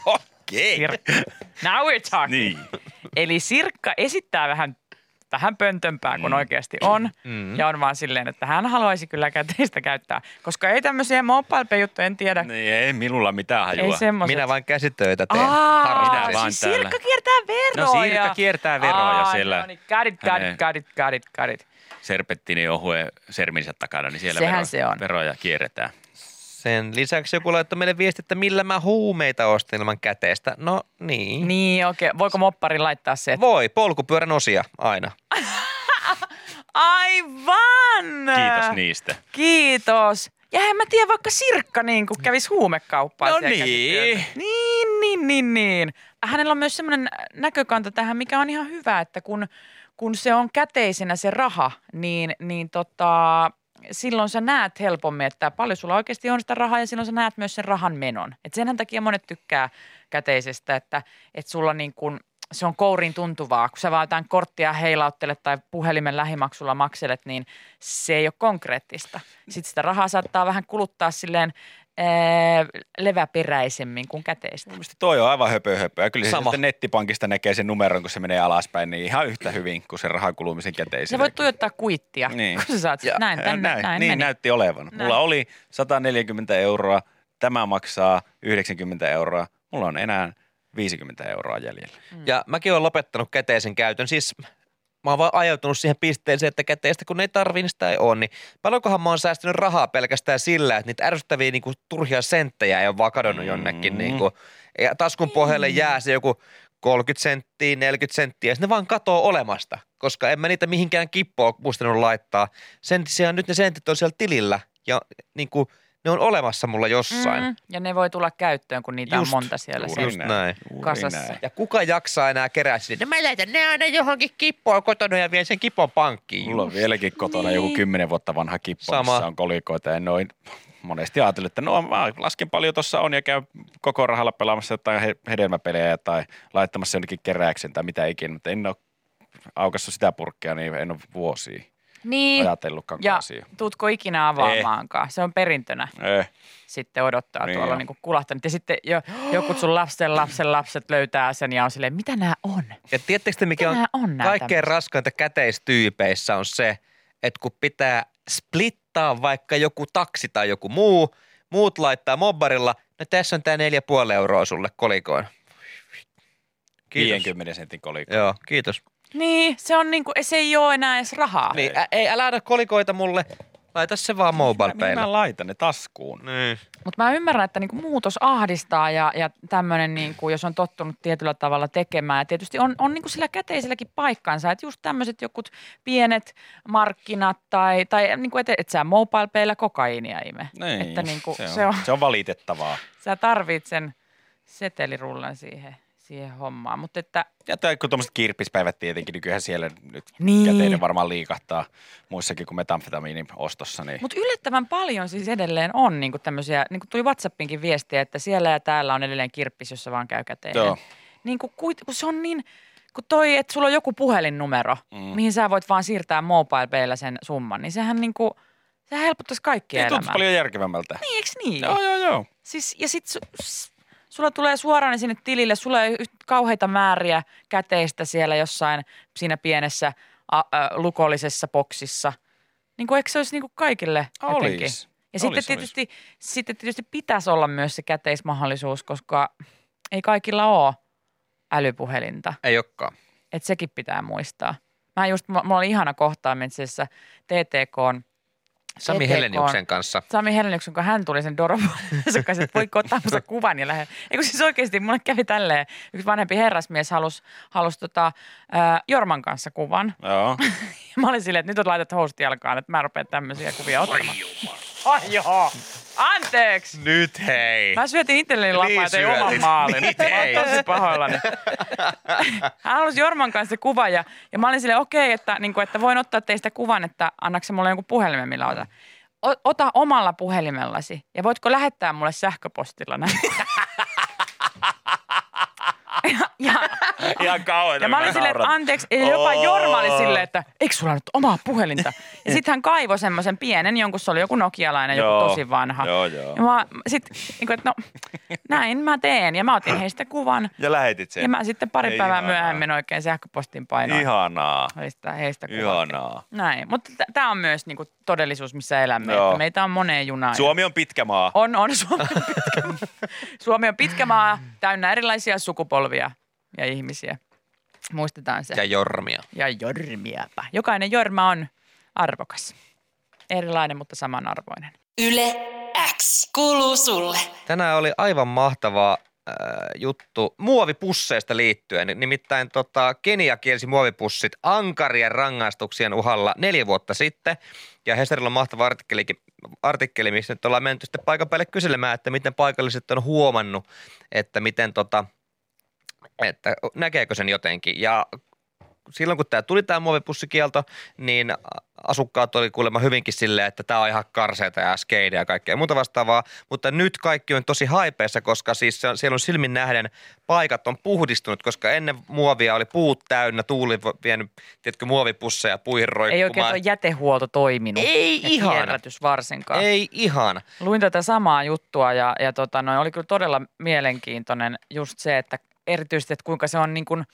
Speaker 4: Okei.
Speaker 1: Sirkka. Now we're talking.
Speaker 4: Niin.
Speaker 1: Eli Sirkka esittää vähän, vähän pöntömpää kuin oikeasti on.
Speaker 3: Mm.
Speaker 1: Ja on vaan silleen, että hän haluaisi kyllä käteistä käyttää, koska ei tämmöisiä mobile pay juttuja, en tiedä.
Speaker 4: Niin, ei minulla mitään hajua.
Speaker 1: ei semmoiset.
Speaker 3: Minä vain käsitöitä teen.
Speaker 1: Aa,
Speaker 3: Harrastan
Speaker 1: minä
Speaker 3: sitä.
Speaker 1: vaan
Speaker 4: vaan
Speaker 1: siis
Speaker 4: täällä.
Speaker 1: Sirkka kiertää veroja.
Speaker 4: No, Sirkka kiertää veroja siellä.
Speaker 1: No niin, got it, got
Speaker 4: Hänen-
Speaker 1: it, got it, got it, got it.
Speaker 4: Serpettini ohue serminsä takana, niin siellä
Speaker 1: Sehän
Speaker 4: vero,
Speaker 1: se on.
Speaker 4: veroja kierretään.
Speaker 3: Sen lisäksi joku laittoi meille viesti, että millä mä huumeita ostin ilman käteistä. No niin. niin.
Speaker 1: Niin, okei. Okay. Voiko moppari laittaa se? että-
Speaker 3: Voi, polkupyörän osia aina.
Speaker 1: Aivan!
Speaker 4: Kiitos niistä.
Speaker 1: Kiitos. Ja en mä tiedä, vaikka Sirkka niin kun kävisi huumekauppaa.
Speaker 4: No
Speaker 1: siellä
Speaker 4: niin.
Speaker 1: käsityötä. Niin, niin, niin, niin. Hänellä on myös semmoinen näkökanta tähän, mikä on ihan hyvä, että kun, kun se on käteisenä se raha, niin, niin tota, silloin sä näet helpommin, että paljon sulla oikeasti on sitä rahaa ja silloin sä näet myös sen rahan menon. Et senhän takia monet tykkää käteisestä, että, että sulla niin kun, se on kouriin tuntuvaa. Kun sä vaan jotain korttia heilauttelet tai puhelimen lähimaksulla makselet, niin se ei ole konkreettista. Sitten sitä rahaa saattaa vähän kuluttaa silleen ää, leväperäisemmin Äh, kuin käteistä.
Speaker 4: Mielestäni toi on aivan höpö höpöä. Kyllä
Speaker 3: Sama.
Speaker 4: Sama. se nettipankista näkee sen numeron, kun se menee alaspäin, niin ihan yhtä hyvin kuin se rahan kulumisen käteisenä.
Speaker 1: Sä voit tuijottaa kuittia,
Speaker 4: Niin.
Speaker 1: niin. kun sä saat ja, näin, tänne, näin, näin
Speaker 4: niin
Speaker 1: meni.
Speaker 4: näytti olevan.
Speaker 1: Näin.
Speaker 4: Mulla oli 140 euroa, tämä maksaa 90 euroa, mulla on enää 50 euroa jäljellä.
Speaker 3: Ja mäkin olen lopettanut käteisen käytön. Siis mä oon vaan ajautunut siihen pisteeseen, että käteistä kun ei tarvii, niin sitä ei ole. Niin paljonkohan mä oon säästänyt rahaa pelkästään sillä, että niitä ärsyttäviä niinku, turhia senttejä ei ole vaan kadonnut jonnekin.
Speaker 4: Mm.
Speaker 3: Niinku. Ja taskun pohjalle jää se joku 30 senttiä, 40 senttiä, ja sitten ne vaan katoo olemasta, koska en mä niitä mihinkään kippoa muistanut laittaa. Sen sijaan nyt ne sentit on siellä tilillä, ja niinku, ne on olemassa mulla jossain.
Speaker 1: Mm, ja ne voi tulla käyttöön, kun niitä
Speaker 3: Just,
Speaker 1: on monta siellä.
Speaker 4: juuri
Speaker 1: sen-
Speaker 3: Just näin.
Speaker 4: Juuri
Speaker 1: Kasassa.
Speaker 4: näin.
Speaker 3: Ja kuka jaksaa enää kerää sinne? No mä laitan ne aina johonkin kippoon kotona ja vien sen kipon pankkiin.
Speaker 4: Mulla on vieläkin kotona
Speaker 1: Niin.
Speaker 4: joku kymmenen vuotta vanha kippo,
Speaker 3: Sama.
Speaker 4: missä on kolikoita ja noin. Monesti ajatellut, että no mä lasken paljon tuossa on ja käy koko rahalla pelaamassa jotain he- hedelmäpelejä tai laittamassa jonnekin keräyksen tai mitä ikinä, mutta en ole aukassut sitä purkkia, niin en ole vuosia
Speaker 1: Niin,
Speaker 4: ajatellutkaan
Speaker 1: ja
Speaker 4: asiaa.
Speaker 1: tuutko ikinä avaamaankaan. Se on perintönä.
Speaker 4: Eh.
Speaker 1: sitten odottaa
Speaker 4: Niin
Speaker 1: niin
Speaker 4: joo.
Speaker 1: tuolla niin kulahtanut. Ja sitten jo, jokut sun lapsen lapsen lapset löytää sen ja on silleen, mitä nämä on?
Speaker 3: Ja tiedättekö te, mikä on
Speaker 1: Mitä on nää
Speaker 3: kaikkein
Speaker 1: tämmöset?
Speaker 3: raskainta käteistyypeissä on se, että kun pitää splittaa vaikka joku taksi tai joku muu, muut laittaa mobbarilla, no tässä on tää neljä puoli euroa sulle kolikoon. Kiitos.
Speaker 4: 50 sentin kolikko.
Speaker 3: Joo, kiitos.
Speaker 1: Niin, se, on niin kuin, se ei ole enää edes rahaa.
Speaker 3: Niin, ä, ei, älä anna kolikoita mulle, laita se vaan mobile
Speaker 4: Mihin
Speaker 3: paylle.
Speaker 4: mä laitan ne taskuun?
Speaker 3: Niin.
Speaker 1: Mutta mä ymmärrän, että niinku muutos ahdistaa ja, ja tämmöinen, niinku, jos on tottunut tietyllä tavalla tekemään. Ja tietysti on, on niinku sillä käteiselläkin paikkansa, että just tämmöiset jokut pienet markkinat tai, tai niinku, että et sä mobile peillä kokaiinia ime.
Speaker 4: Niin,
Speaker 1: että niinku,
Speaker 4: se, on,
Speaker 1: se on,
Speaker 4: se on valitettavaa.
Speaker 1: sä tarvit sen setelirullan siihen. siihen hommaan. Mutta että
Speaker 5: Ja tai kun tuommoiset kirppispäivät tietenkin, nykyään siellä nyt
Speaker 1: Niin.
Speaker 5: niin. käteinen varmaan liikahtaa muissakin kuin metamfetamiinin ostossa. Niin.
Speaker 1: Mutta yllättävän paljon siis edelleen on niinku tämmöisiä, niin kuin tuli Whatsappinkin viestiä, että siellä ja täällä on edelleen kirppis, jossa vaan käy käteen.
Speaker 5: Joo.
Speaker 1: Niin kuin, kun se on niin, kun toi, että sulla on joku puhelinnumero, mm. mihin sä voit vaan siirtää mobile sen summan, niin sehän niinku, sehän helpottaisi kaikkia
Speaker 5: Niin tuntuu
Speaker 1: elämää.
Speaker 5: paljon järkevämmältä.
Speaker 1: Niin, eiks niin?
Speaker 5: Joo, joo, joo.
Speaker 1: Siis, ja sit su, s- sulla tulee suoraan ne sinne tilille, sulla ei yht- kauheita määriä käteistä siellä jossain siinä pienessä a, a, lukollisessa boksissa. Niin kuin, eikö se olisi niin kuin kaikille jotenkin?
Speaker 5: Olis.
Speaker 1: Ja sitten
Speaker 5: Olis, olis.
Speaker 1: tietysti, sitten tietysti pitäisi olla myös se käteismahdollisuus, koska ei kaikilla ole älypuhelinta.
Speaker 3: Ei olekaan.
Speaker 1: Että sekin pitää muistaa. Mä just, mulla mulla oli ihana kohtaaminen siis itse TTK on
Speaker 3: Sami
Speaker 1: TTK on-
Speaker 3: Heleniuksen kanssa.
Speaker 1: Sami Heleniuksen, kun hän tuli sen Doro kanssa, että voiko ottaa musta kuvan ja lähde. Eikö siis oikeasti, mulle kävi tälleen, yksi vanhempi herrasmies halusi halus tota, ää, Jorman kanssa kuvan.
Speaker 5: Joo.
Speaker 1: Mä olin silleen, että nyt on laitettu housut jalkaan, että mä rupean tämmöisiä kuvia ottamaan. Ai joo. Anteeksi.
Speaker 3: Nyt hei.
Speaker 1: Mä syötin itselleni lapaa,
Speaker 3: Niin
Speaker 1: niin tein oman
Speaker 3: syötit.
Speaker 1: maalin.
Speaker 3: Niin
Speaker 1: Mä oon
Speaker 3: teit.
Speaker 1: tosi pahoillani. Hän halusi Jorman kanssa kuvan ja, ja mä olin silleen, okei, että, niin kuin, että voin ottaa teistä kuvan, että annaks sä mulle jonkun puhelimen, millä otan. O- ota omalla puhelimellasi ja voitko lähettää mulle sähköpostilla näin? ja, ja,
Speaker 5: Ihan kauheita.
Speaker 1: ja mä olin silleen, että anteeksi, ja jopa Jorma oli silleen, että eikö sulla nyt omaa puhelinta? Ja sitten hän kaivoi semmoisen pienen, jonkun se oli joku nokialainen, joku
Speaker 5: Joo.
Speaker 1: tosi vanha.
Speaker 5: Joo, joo.
Speaker 1: Ja mä sitten, niin että no näin mä teen. Ja mä otin heistä kuvan.
Speaker 5: Ja lähetit sen.
Speaker 1: Ja mä sitten pari
Speaker 5: Ei,
Speaker 1: päivää
Speaker 5: ihanaa.
Speaker 1: myöhemmin oikein sähköpostin painoin.
Speaker 5: Ihanaa.
Speaker 1: Heistä, heistä kuvat.
Speaker 5: Ihanaa.
Speaker 1: Näin, mutta tämä on myös niinku todellisuus, missä elämme.
Speaker 5: Joo.
Speaker 1: Että meitä on moneen junaan.
Speaker 5: Suomi on pitkä maa.
Speaker 1: On, on. Suomi on, pitkä maa. Suomi on pitkä maa, täynnä erilaisia sukupolvia ja ihmisiä. Muistetaan se.
Speaker 3: Ja Jormia.
Speaker 1: Ja jormiäpä. Jokainen jorma on arvokas. Erilainen, mutta samanarvoinen.
Speaker 2: Yle X. Kuuluu sulle.
Speaker 3: Tänään oli aivan mahtava äh, juttu muovipusseista liittyen. Nimittäin tota, Kenia kielsi muovipussit ankarien rangaistuksien uhalla neljä vuotta sitten. Ja Hesarilla on mahtava artikkelikin, artikkeli, missä nyt ollaan menty sitten paikan päälle kyselemään, että miten paikalliset on huomannut, että miten tota, että näkeekö sen jotenkin. Ja silloin kun tämä tuli tämä muovipussikielto, niin asukkaat oli kuulemma hyvinkin silleen, että tämä on ihan karseita ja skeidejä ja kaikkea muuta vastaavaa. Mutta nyt kaikki on tosi haipeessa, koska siis se on, siellä on silmin nähden paikat on puhdistunut, koska ennen muovia oli puut täynnä, tuuli vo- vienyt, tiedätkö, muovipusseja puihin roikkumaan.
Speaker 1: Ei oikein ole jätehuolto toiminut.
Speaker 3: Ei
Speaker 1: ja
Speaker 3: ihan.
Speaker 1: No. kierrätys varsinkaan.
Speaker 3: Ei ihan.
Speaker 1: Luin tätä samaa juttua ja, ja tota, no, oli kyllä todella mielenkiintoinen just se, että erityisesti, että kuinka se on niin kuin,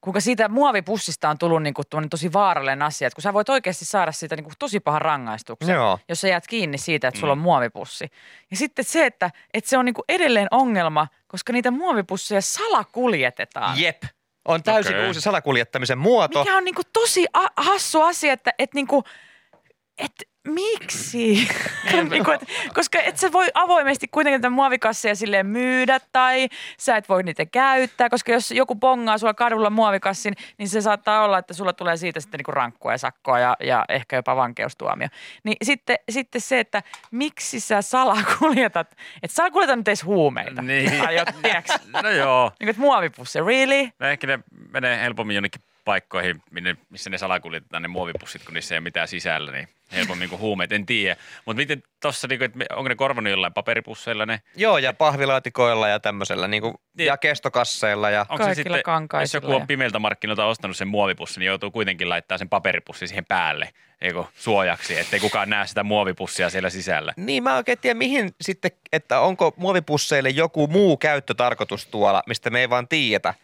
Speaker 1: kuinka siitä muovipussista on tullut niin kuin tosi vaarallinen asia, että kun sä voit oikeasti saada siitä niin kuin tosi pahan rangaistuksen,
Speaker 3: Joo. Mm.
Speaker 1: jos sä jäät kiinni siitä, että sulla on muovipussi. Ja sitten se, että, että se on niin kuin edelleen ongelma, koska niitä muovipusseja salakuljetetaan.
Speaker 3: Jep. On täysin
Speaker 4: Okei.
Speaker 3: okay. uusi salakuljettamisen muoto.
Speaker 1: Mikä on niinku tosi a- hassu asia, että et niinku, et miksi? niinku, et, koska et sä voi avoimesti kuitenkin tätä muovikasseja silleen myydä tai sä et voi niitä käyttää, koska jos joku bongaa sulla kadulla muovikassin, niin se saattaa olla, että sulla tulee siitä sitten niinku rankkua ja sakkoa ja, ja ehkä jopa vankeustuomio. Niin sitten, sitten se, että miksi sä salakuljetat, et salakuljeta nyt edes huumeita.
Speaker 4: Niin.
Speaker 1: Tai jo, tiedäks,
Speaker 4: No joo.
Speaker 1: niinku, et muovipussi, really?
Speaker 4: No ehkä ne menee helpommin jonnekin paikkoihin, minne, missä ne salakuljetetaan ne muovipussit, kun niissä ei ole mitään sisällä, niin helpommin kuin huumeet, en tiedä. Mutta miten tuossa, niinku, että me- onko ne korvanut jollain paperipusseilla ne?
Speaker 3: Joo, ja pahvilaatikoilla ja tämmöisellä, niin kuin,
Speaker 4: Niin.
Speaker 3: ja kestokasseilla. Ja,
Speaker 4: Onko se
Speaker 1: Kaikilla
Speaker 4: sitten, jos
Speaker 1: kankaisilla
Speaker 4: joku
Speaker 1: ja-
Speaker 4: on pimeiltä markkinoilta ostanut sen muovipussin, niin joutuu kuitenkin laittaa sen paperipussin siihen päälle, eikö suojaksi, ettei kukaan näe sitä muovipussia siellä sisällä.
Speaker 3: Niin, mä en oikein tiedä, mihin sitten, että onko muovipusseille joku muu käyttötarkoitus tuolla, mistä me ei vaan tiedetä,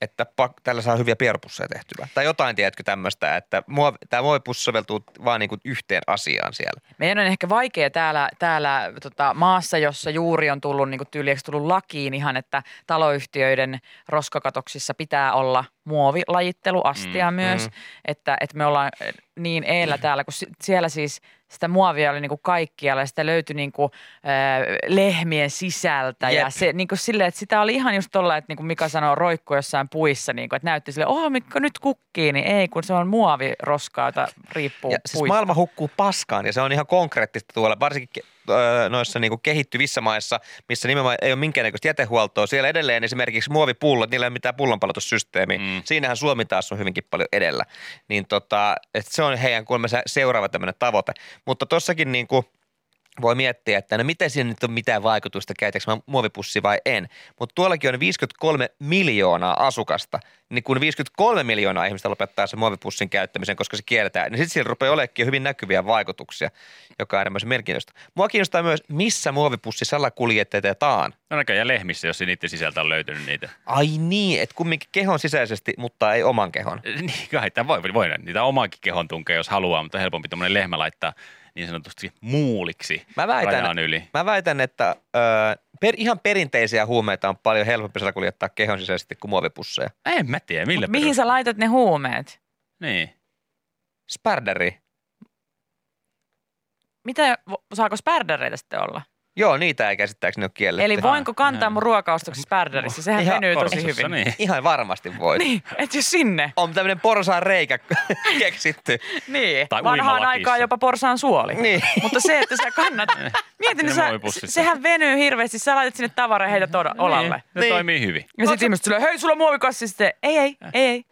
Speaker 3: että pak- tällä saa hyviä pierpusseja tehtyä. Tai jotain, tiedätkö, tämmöistä, että muovi, tämä muovipussi soveltuu vaan niin kuin yhteen asiaan siellä.
Speaker 1: Meidän on ehkä vaikea täällä, täällä tota, maassa, jossa juuri on tullut niin tyylieksi tullut lakiin ihan, että taloyhtiöiden roskakatoksissa pitää olla muovilajitteluastia mm, myös. Mm. Että, että me ollaan eh, niin eellä täällä, kun si- siellä siis sitä muovia oli niin kuin kaikkialla ja sitä löytyi niin kuin, äh, lehmien sisältä. Ja
Speaker 3: Jep.
Speaker 1: se niin kuin silleen, että sitä oli ihan just tolla, että niin kuin Mika sanoo, roikku jossain puissa, niin kuin, että näytti sille, oho Mikko nyt kukkii, niin ei, kun se on muoviroskaa, jota riippuu
Speaker 3: Ja siis
Speaker 1: puista.
Speaker 3: maailma hukkuu paskaan ja se on ihan konkreettista tuolla, varsinkin ke- ö, noissa niin kuin kehittyvissä maissa, missä nimenomaan ei ole minkäännäköistä jätehuoltoa. Siellä edelleen esimerkiksi muovipullot, niillä ei ole mitään pullonpalotussysteemiä.
Speaker 4: Mm.
Speaker 3: Mm. Siinähän Suomi taas on hyvinkin paljon edellä. Niin tota, et se on heidän kuulemma se seuraava tämmöinen tavoite. Mutta tossakin niin kuin voi miettiä, että no miten siinä nyt on mitään vaikutusta, käytäks mä muovipussi vai en. Mutta tuollakin on 53 miljoonaa asukasta, niin kun 53 miljoonaa ihmistä lopettaa sen muovipussin käyttämisen, koska se kielletään, niin sitten siellä rupeaa olekin jo hyvin näkyviä vaikutuksia, joka on äärimmäisen merkitystä. Mua kiinnostaa myös, missä muovipussi salakuljetetaan.
Speaker 4: No näköjään lehmissä, jos niiden sisältä on löytynyt niitä.
Speaker 3: Ai niin, että kumminkin kehon sisäisesti, mutta ei oman kehon.
Speaker 4: Niin kai, tämä voi, voi niitä omaakin kehon tunkea, jos haluaa, mutta helpompi tuommoinen lehmä laittaa niin sanotusti muuliksi
Speaker 3: Mä väitän-
Speaker 4: rajan yli.
Speaker 3: Mä väitän, että ö, per, ihan perinteisiä huumeita on paljon helpompi salakuljettaa kehon sisäisesti kuin muovipusseja.
Speaker 4: En mä tiedä, millä
Speaker 1: Mut mihin sä laitat ne huumeet?
Speaker 4: Niin.
Speaker 3: Spärdäri.
Speaker 1: Mitä, vo- saako spärdäreitä sitten olla?
Speaker 3: Joo, niitä ei käsittääkseni ole kielletty.
Speaker 1: Eli voinko kantaa
Speaker 4: näin.
Speaker 1: mun ruokaostoksessa spärdärissä? Sehän
Speaker 3: Ihan
Speaker 1: venyy tosi
Speaker 4: Korsossa,
Speaker 1: hyvin. Niin.
Speaker 4: Niin.
Speaker 3: Ihan varmasti voi. Niin.
Speaker 1: et jos sinne.
Speaker 3: On tämmöinen porsaan reikä keksitty.
Speaker 1: Niin,
Speaker 4: Tai
Speaker 1: vanhaan
Speaker 4: uimalakissa.
Speaker 1: aikaan jopa porsaan suoli.
Speaker 3: Niin.
Speaker 1: Mutta se, että sä kannat, mietin,
Speaker 4: Siinä
Speaker 1: sä,
Speaker 4: muovipussissa.
Speaker 1: sehän venyy hirveästi, sä laitat sinne tavaraa ja heität toda- olalle.
Speaker 4: Niin. Ne
Speaker 3: Niin.
Speaker 4: toimii hyvin.
Speaker 1: Ja sitten ihmiset tulee, hei, sulla on muovikassi, sitten ei, ei, ei, ei,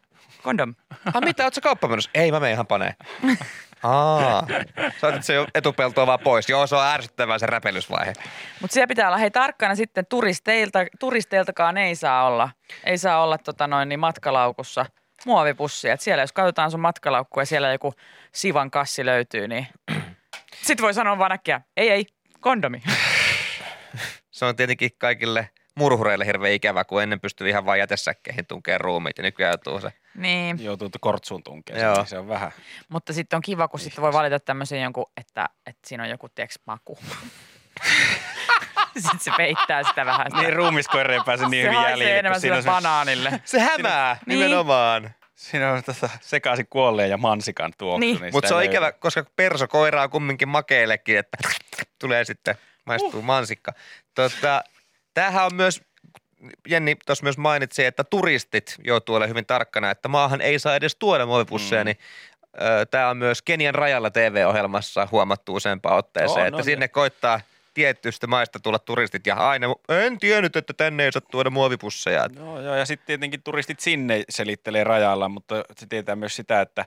Speaker 1: kondom.
Speaker 3: Ah, mitä, ootko kauppa menossa? Ei, mä menen ihan paneen. Aa, sä otit se jo etupeltoa vaan pois. Joo, se on ärsyttävää se räpelysvaihe.
Speaker 1: Mutta siellä pitää olla, hei tarkkana sitten, turisteilta, turisteiltakaan ei saa olla, ei saa olla tota noin, niin matkalaukussa muovipussia. Et siellä jos katsotaan sun matkalaukkua ja siellä joku sivan kassi löytyy, niin sitten voi sanoa vaan äkkiä, ei, ei, kondomi.
Speaker 3: Se on tietenkin kaikille murhureille hirveän ikävä, kun ennen pystyi ihan vain jätesäkkeihin tunkeen ruumiit ja nykyään joutuu se.
Speaker 1: niin.
Speaker 5: Joutuu kortsuun tunkemaan,
Speaker 3: Joo.
Speaker 5: niin se on vähän.
Speaker 1: Mutta sitten on kiva, kun sitten voi valita tämmöisen jonkun, että, että siinä on joku, tiedätkö, maku. sitten se peittää sitä vähän. Sitä.
Speaker 5: Niin ruumiskoire ei pääse niin
Speaker 1: se
Speaker 5: hyvin
Speaker 1: haisee
Speaker 5: jäljille,
Speaker 1: enemmän
Speaker 5: kun siinä
Speaker 1: sille
Speaker 5: on, se,
Speaker 1: banaanille.
Speaker 3: Se hämää
Speaker 1: Niin.
Speaker 3: nimenomaan.
Speaker 5: siinä on tota, sekaisin kuolleen ja mansikan tuoksu.
Speaker 1: Niin.
Speaker 5: Niin. sitä
Speaker 3: Mutta se on
Speaker 5: ei löydä.
Speaker 3: ikävä, koska perso koiraa kumminkin makeillekin, että tulee sitten, maistuu uh. mansikka. Tota, tämähän on myös, Jenni tuossa myös mainitsi, että turistit joutuu olemaan hyvin tarkkana, että maahan ei saa edes tuoda muovipusseja, mm. niin Tämä on myös Kenian rajalla TV-ohjelmassa huomattu useampaan otteeseen,
Speaker 5: On,
Speaker 3: oh, että
Speaker 5: on,
Speaker 3: sinne koittaa tietystä maista tulla turistit ja aina, en tiennyt, että tänne ei saa tuoda muovipusseja.
Speaker 5: Joo, joo, ja sitten tietenkin turistit sinne selittelee rajalla, mutta se tietää myös sitä, että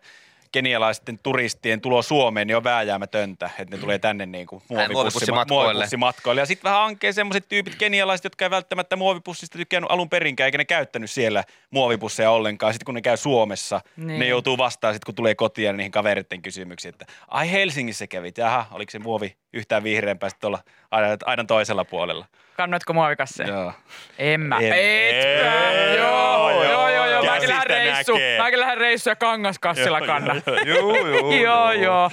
Speaker 5: kenialaisten turistien tulo Suomeen niin on vääjäämätöntä, että ne tulee tänne niin kuin
Speaker 3: muovipussimatkoille.
Speaker 5: muovipussimatkoille. muovipussimatkoille. Ja sitten vähän hankee semmoiset tyypit kenialaiset, jotka ei välttämättä muovipussista tykännyt alun perinkään, eikä ne käyttänyt siellä muovipusseja ollenkaan. Sitten kun ne käy Suomessa,
Speaker 1: Niin.
Speaker 5: niin. ne joutuu vastaan sitten kun tulee kotiin ja niihin kavereiden kysymyksiin, että ai Helsingissä kävit, jaha, oliko se muovi yhtään vihreämpää sitten olla aidan, aidan toisella puolella.
Speaker 1: Kannatko muovikasseja?
Speaker 5: Joo.
Speaker 1: En mä.
Speaker 5: En.
Speaker 1: Etkö?
Speaker 5: Ei.
Speaker 1: Joo,
Speaker 5: Joo,
Speaker 1: joo, joo, joo, joo.
Speaker 5: joo.
Speaker 1: Mäkin lähden
Speaker 5: Käsistä
Speaker 1: reissuun.
Speaker 5: näkee.
Speaker 1: Mäkin lähden reissuun ja kangaskassilla kannan.
Speaker 5: Joo, joo.
Speaker 1: Joo, joo.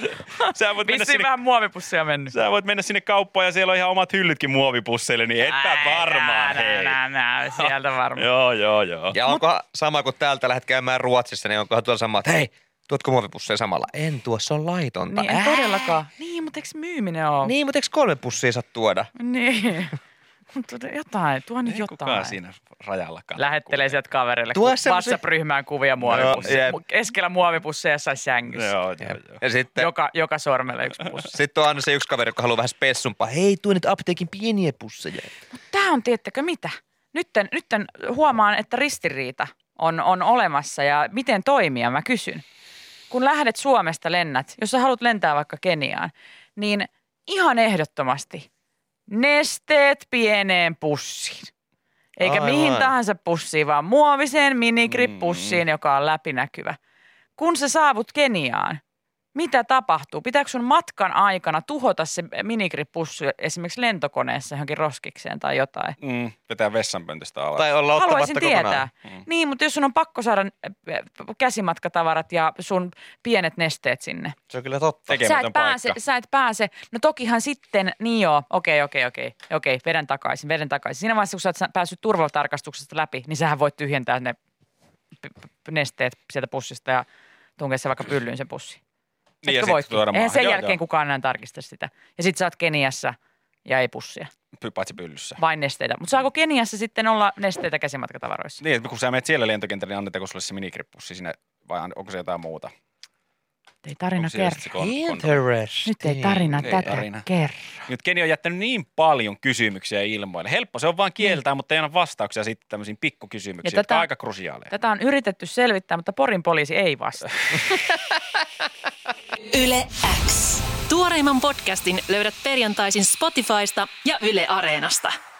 Speaker 5: Sä voit mennä
Speaker 1: Vissiin
Speaker 5: sinne
Speaker 1: vähän muovipussia mennyt.
Speaker 5: Sä voit mennä sinne kauppaan ja siellä on ihan omat hyllytkin muovipusseille, niin etpä
Speaker 1: Ää,
Speaker 5: varmaan
Speaker 1: nää,
Speaker 5: hei.
Speaker 1: nää, nää, Sieltä varmaan.
Speaker 5: Joo, joo, joo.
Speaker 3: Ja onko sama kuin täältä lähdet käymään Ruotsissa, niin onkohan tuolla sama, että hei, tuotko muovipusseja samalla? En tuo, se on laitonta.
Speaker 1: Niin, en todellakaan. Niin, mutta eikö myyminen ole?
Speaker 3: Niin, mutta eikö kolme pussia saa tuoda?
Speaker 1: Niin. Mutta jotain, tuo nyt
Speaker 5: Ei
Speaker 1: jotain.
Speaker 5: kukaan siinä rajalla katsoo.
Speaker 1: Lähettelee sieltä kaverille
Speaker 3: Tuo
Speaker 1: Tuo
Speaker 3: semmosi-
Speaker 1: WhatsApp-ryhmään kuvia muovipusseja.
Speaker 3: jep.
Speaker 1: No, Keskellä muovipusseja jossain
Speaker 5: Joo,
Speaker 1: sängyssä.
Speaker 5: joo, joo.
Speaker 3: Ja sitten
Speaker 1: Joka, joka sormella yksi pussi.
Speaker 3: sitten on aina se yksi kaveri, joka haluaa vähän spessumpaa. Hei, tuo nyt apteekin pieniä pusseja.
Speaker 1: Tämä on, tiettäkö mitä? Nytten, nytten huomaan, että ristiriita on, on olemassa ja miten toimia, mä kysyn. Kun lähdet Suomesta lennät, jos sä haluat lentää vaikka Keniaan, niin ihan ehdottomasti nesteet pieneen pussiin. Eikä
Speaker 3: Aivan.
Speaker 1: Aivan. mihin tahansa pussiin, vaan muoviseen minigrip-pussiin, joka on läpinäkyvä. Kun sä saavut Keniaan, mitä tapahtuu? Pitääkö sun matkan aikana tuhota se minigrip-pussi esimerkiksi lentokoneessa johonkin roskikseen tai jotain?
Speaker 5: Mm, vetää vessanpöntöstä alas.
Speaker 3: Tai olla ottamatta
Speaker 1: Haluaisin
Speaker 3: kokonaan.
Speaker 1: tietää.
Speaker 5: Mm.
Speaker 1: Niin, mutta jos sun on pakko saada äh, äh, käsimatkatavarat ja sun pienet nesteet sinne.
Speaker 3: Se on kyllä totta.
Speaker 5: Tekee.
Speaker 1: Sä
Speaker 5: Tekemätön
Speaker 1: et, pääse,
Speaker 5: paikka.
Speaker 1: sä et pääse. No tokihan sitten, niin joo, okei, okei, okei, okei, vedän takaisin, vedän takaisin. Siinä vaiheessa, kun sä oot sa- päässyt turvatarkastuksesta läpi, niin sähän voit tyhjentää ne p- p- nesteet sieltä pussista ja tunkea se vaikka pyllyyn sen pussi.
Speaker 5: Niin, ja
Speaker 1: Etkö
Speaker 5: sit
Speaker 1: voikin?
Speaker 5: tuoda
Speaker 1: Eihän
Speaker 5: maahan.
Speaker 1: sen
Speaker 5: Joo,
Speaker 1: jälkeen
Speaker 5: joo.
Speaker 1: kukaan enää tarkista sitä. Ja sit sä oot Keniassa ja ei pussia,
Speaker 5: Py- Paitsi pyllyssä.
Speaker 1: vain nesteitä. Mutta saako Keniassa sitten olla nesteitä käsimatkatavaroissa?
Speaker 5: Niin, että kun sä menet siellä lentokentälle, niin annetaanko sulle se minikripussi sinne vai an- onko se jotain muuta?
Speaker 1: Nyt ei tarina
Speaker 4: Onko siellä sitten
Speaker 1: No kerro.
Speaker 4: se kon- kondomi?
Speaker 3: Interesting.
Speaker 1: Nyt ei tarina
Speaker 4: Niin, Ei
Speaker 1: tätä
Speaker 4: tarina.
Speaker 1: kerro.
Speaker 4: Nyt Keni on jättänyt niin paljon kysymyksiä ilmoille. Helppo se on vaan kieltää, mutta ei anna vastauksia sitten tämmöisiin
Speaker 1: Niin. Ja
Speaker 4: pikkukysymyksiin,
Speaker 1: tätä-
Speaker 4: jotka tätä... aika krusiaaleja.
Speaker 1: Tätä on yritetty selvittää, mutta Porin poliisi ei vastaa.
Speaker 2: Yle X. Tuoreimman podcastin löydät perjantaisin Spotifysta ja Yle Areenasta.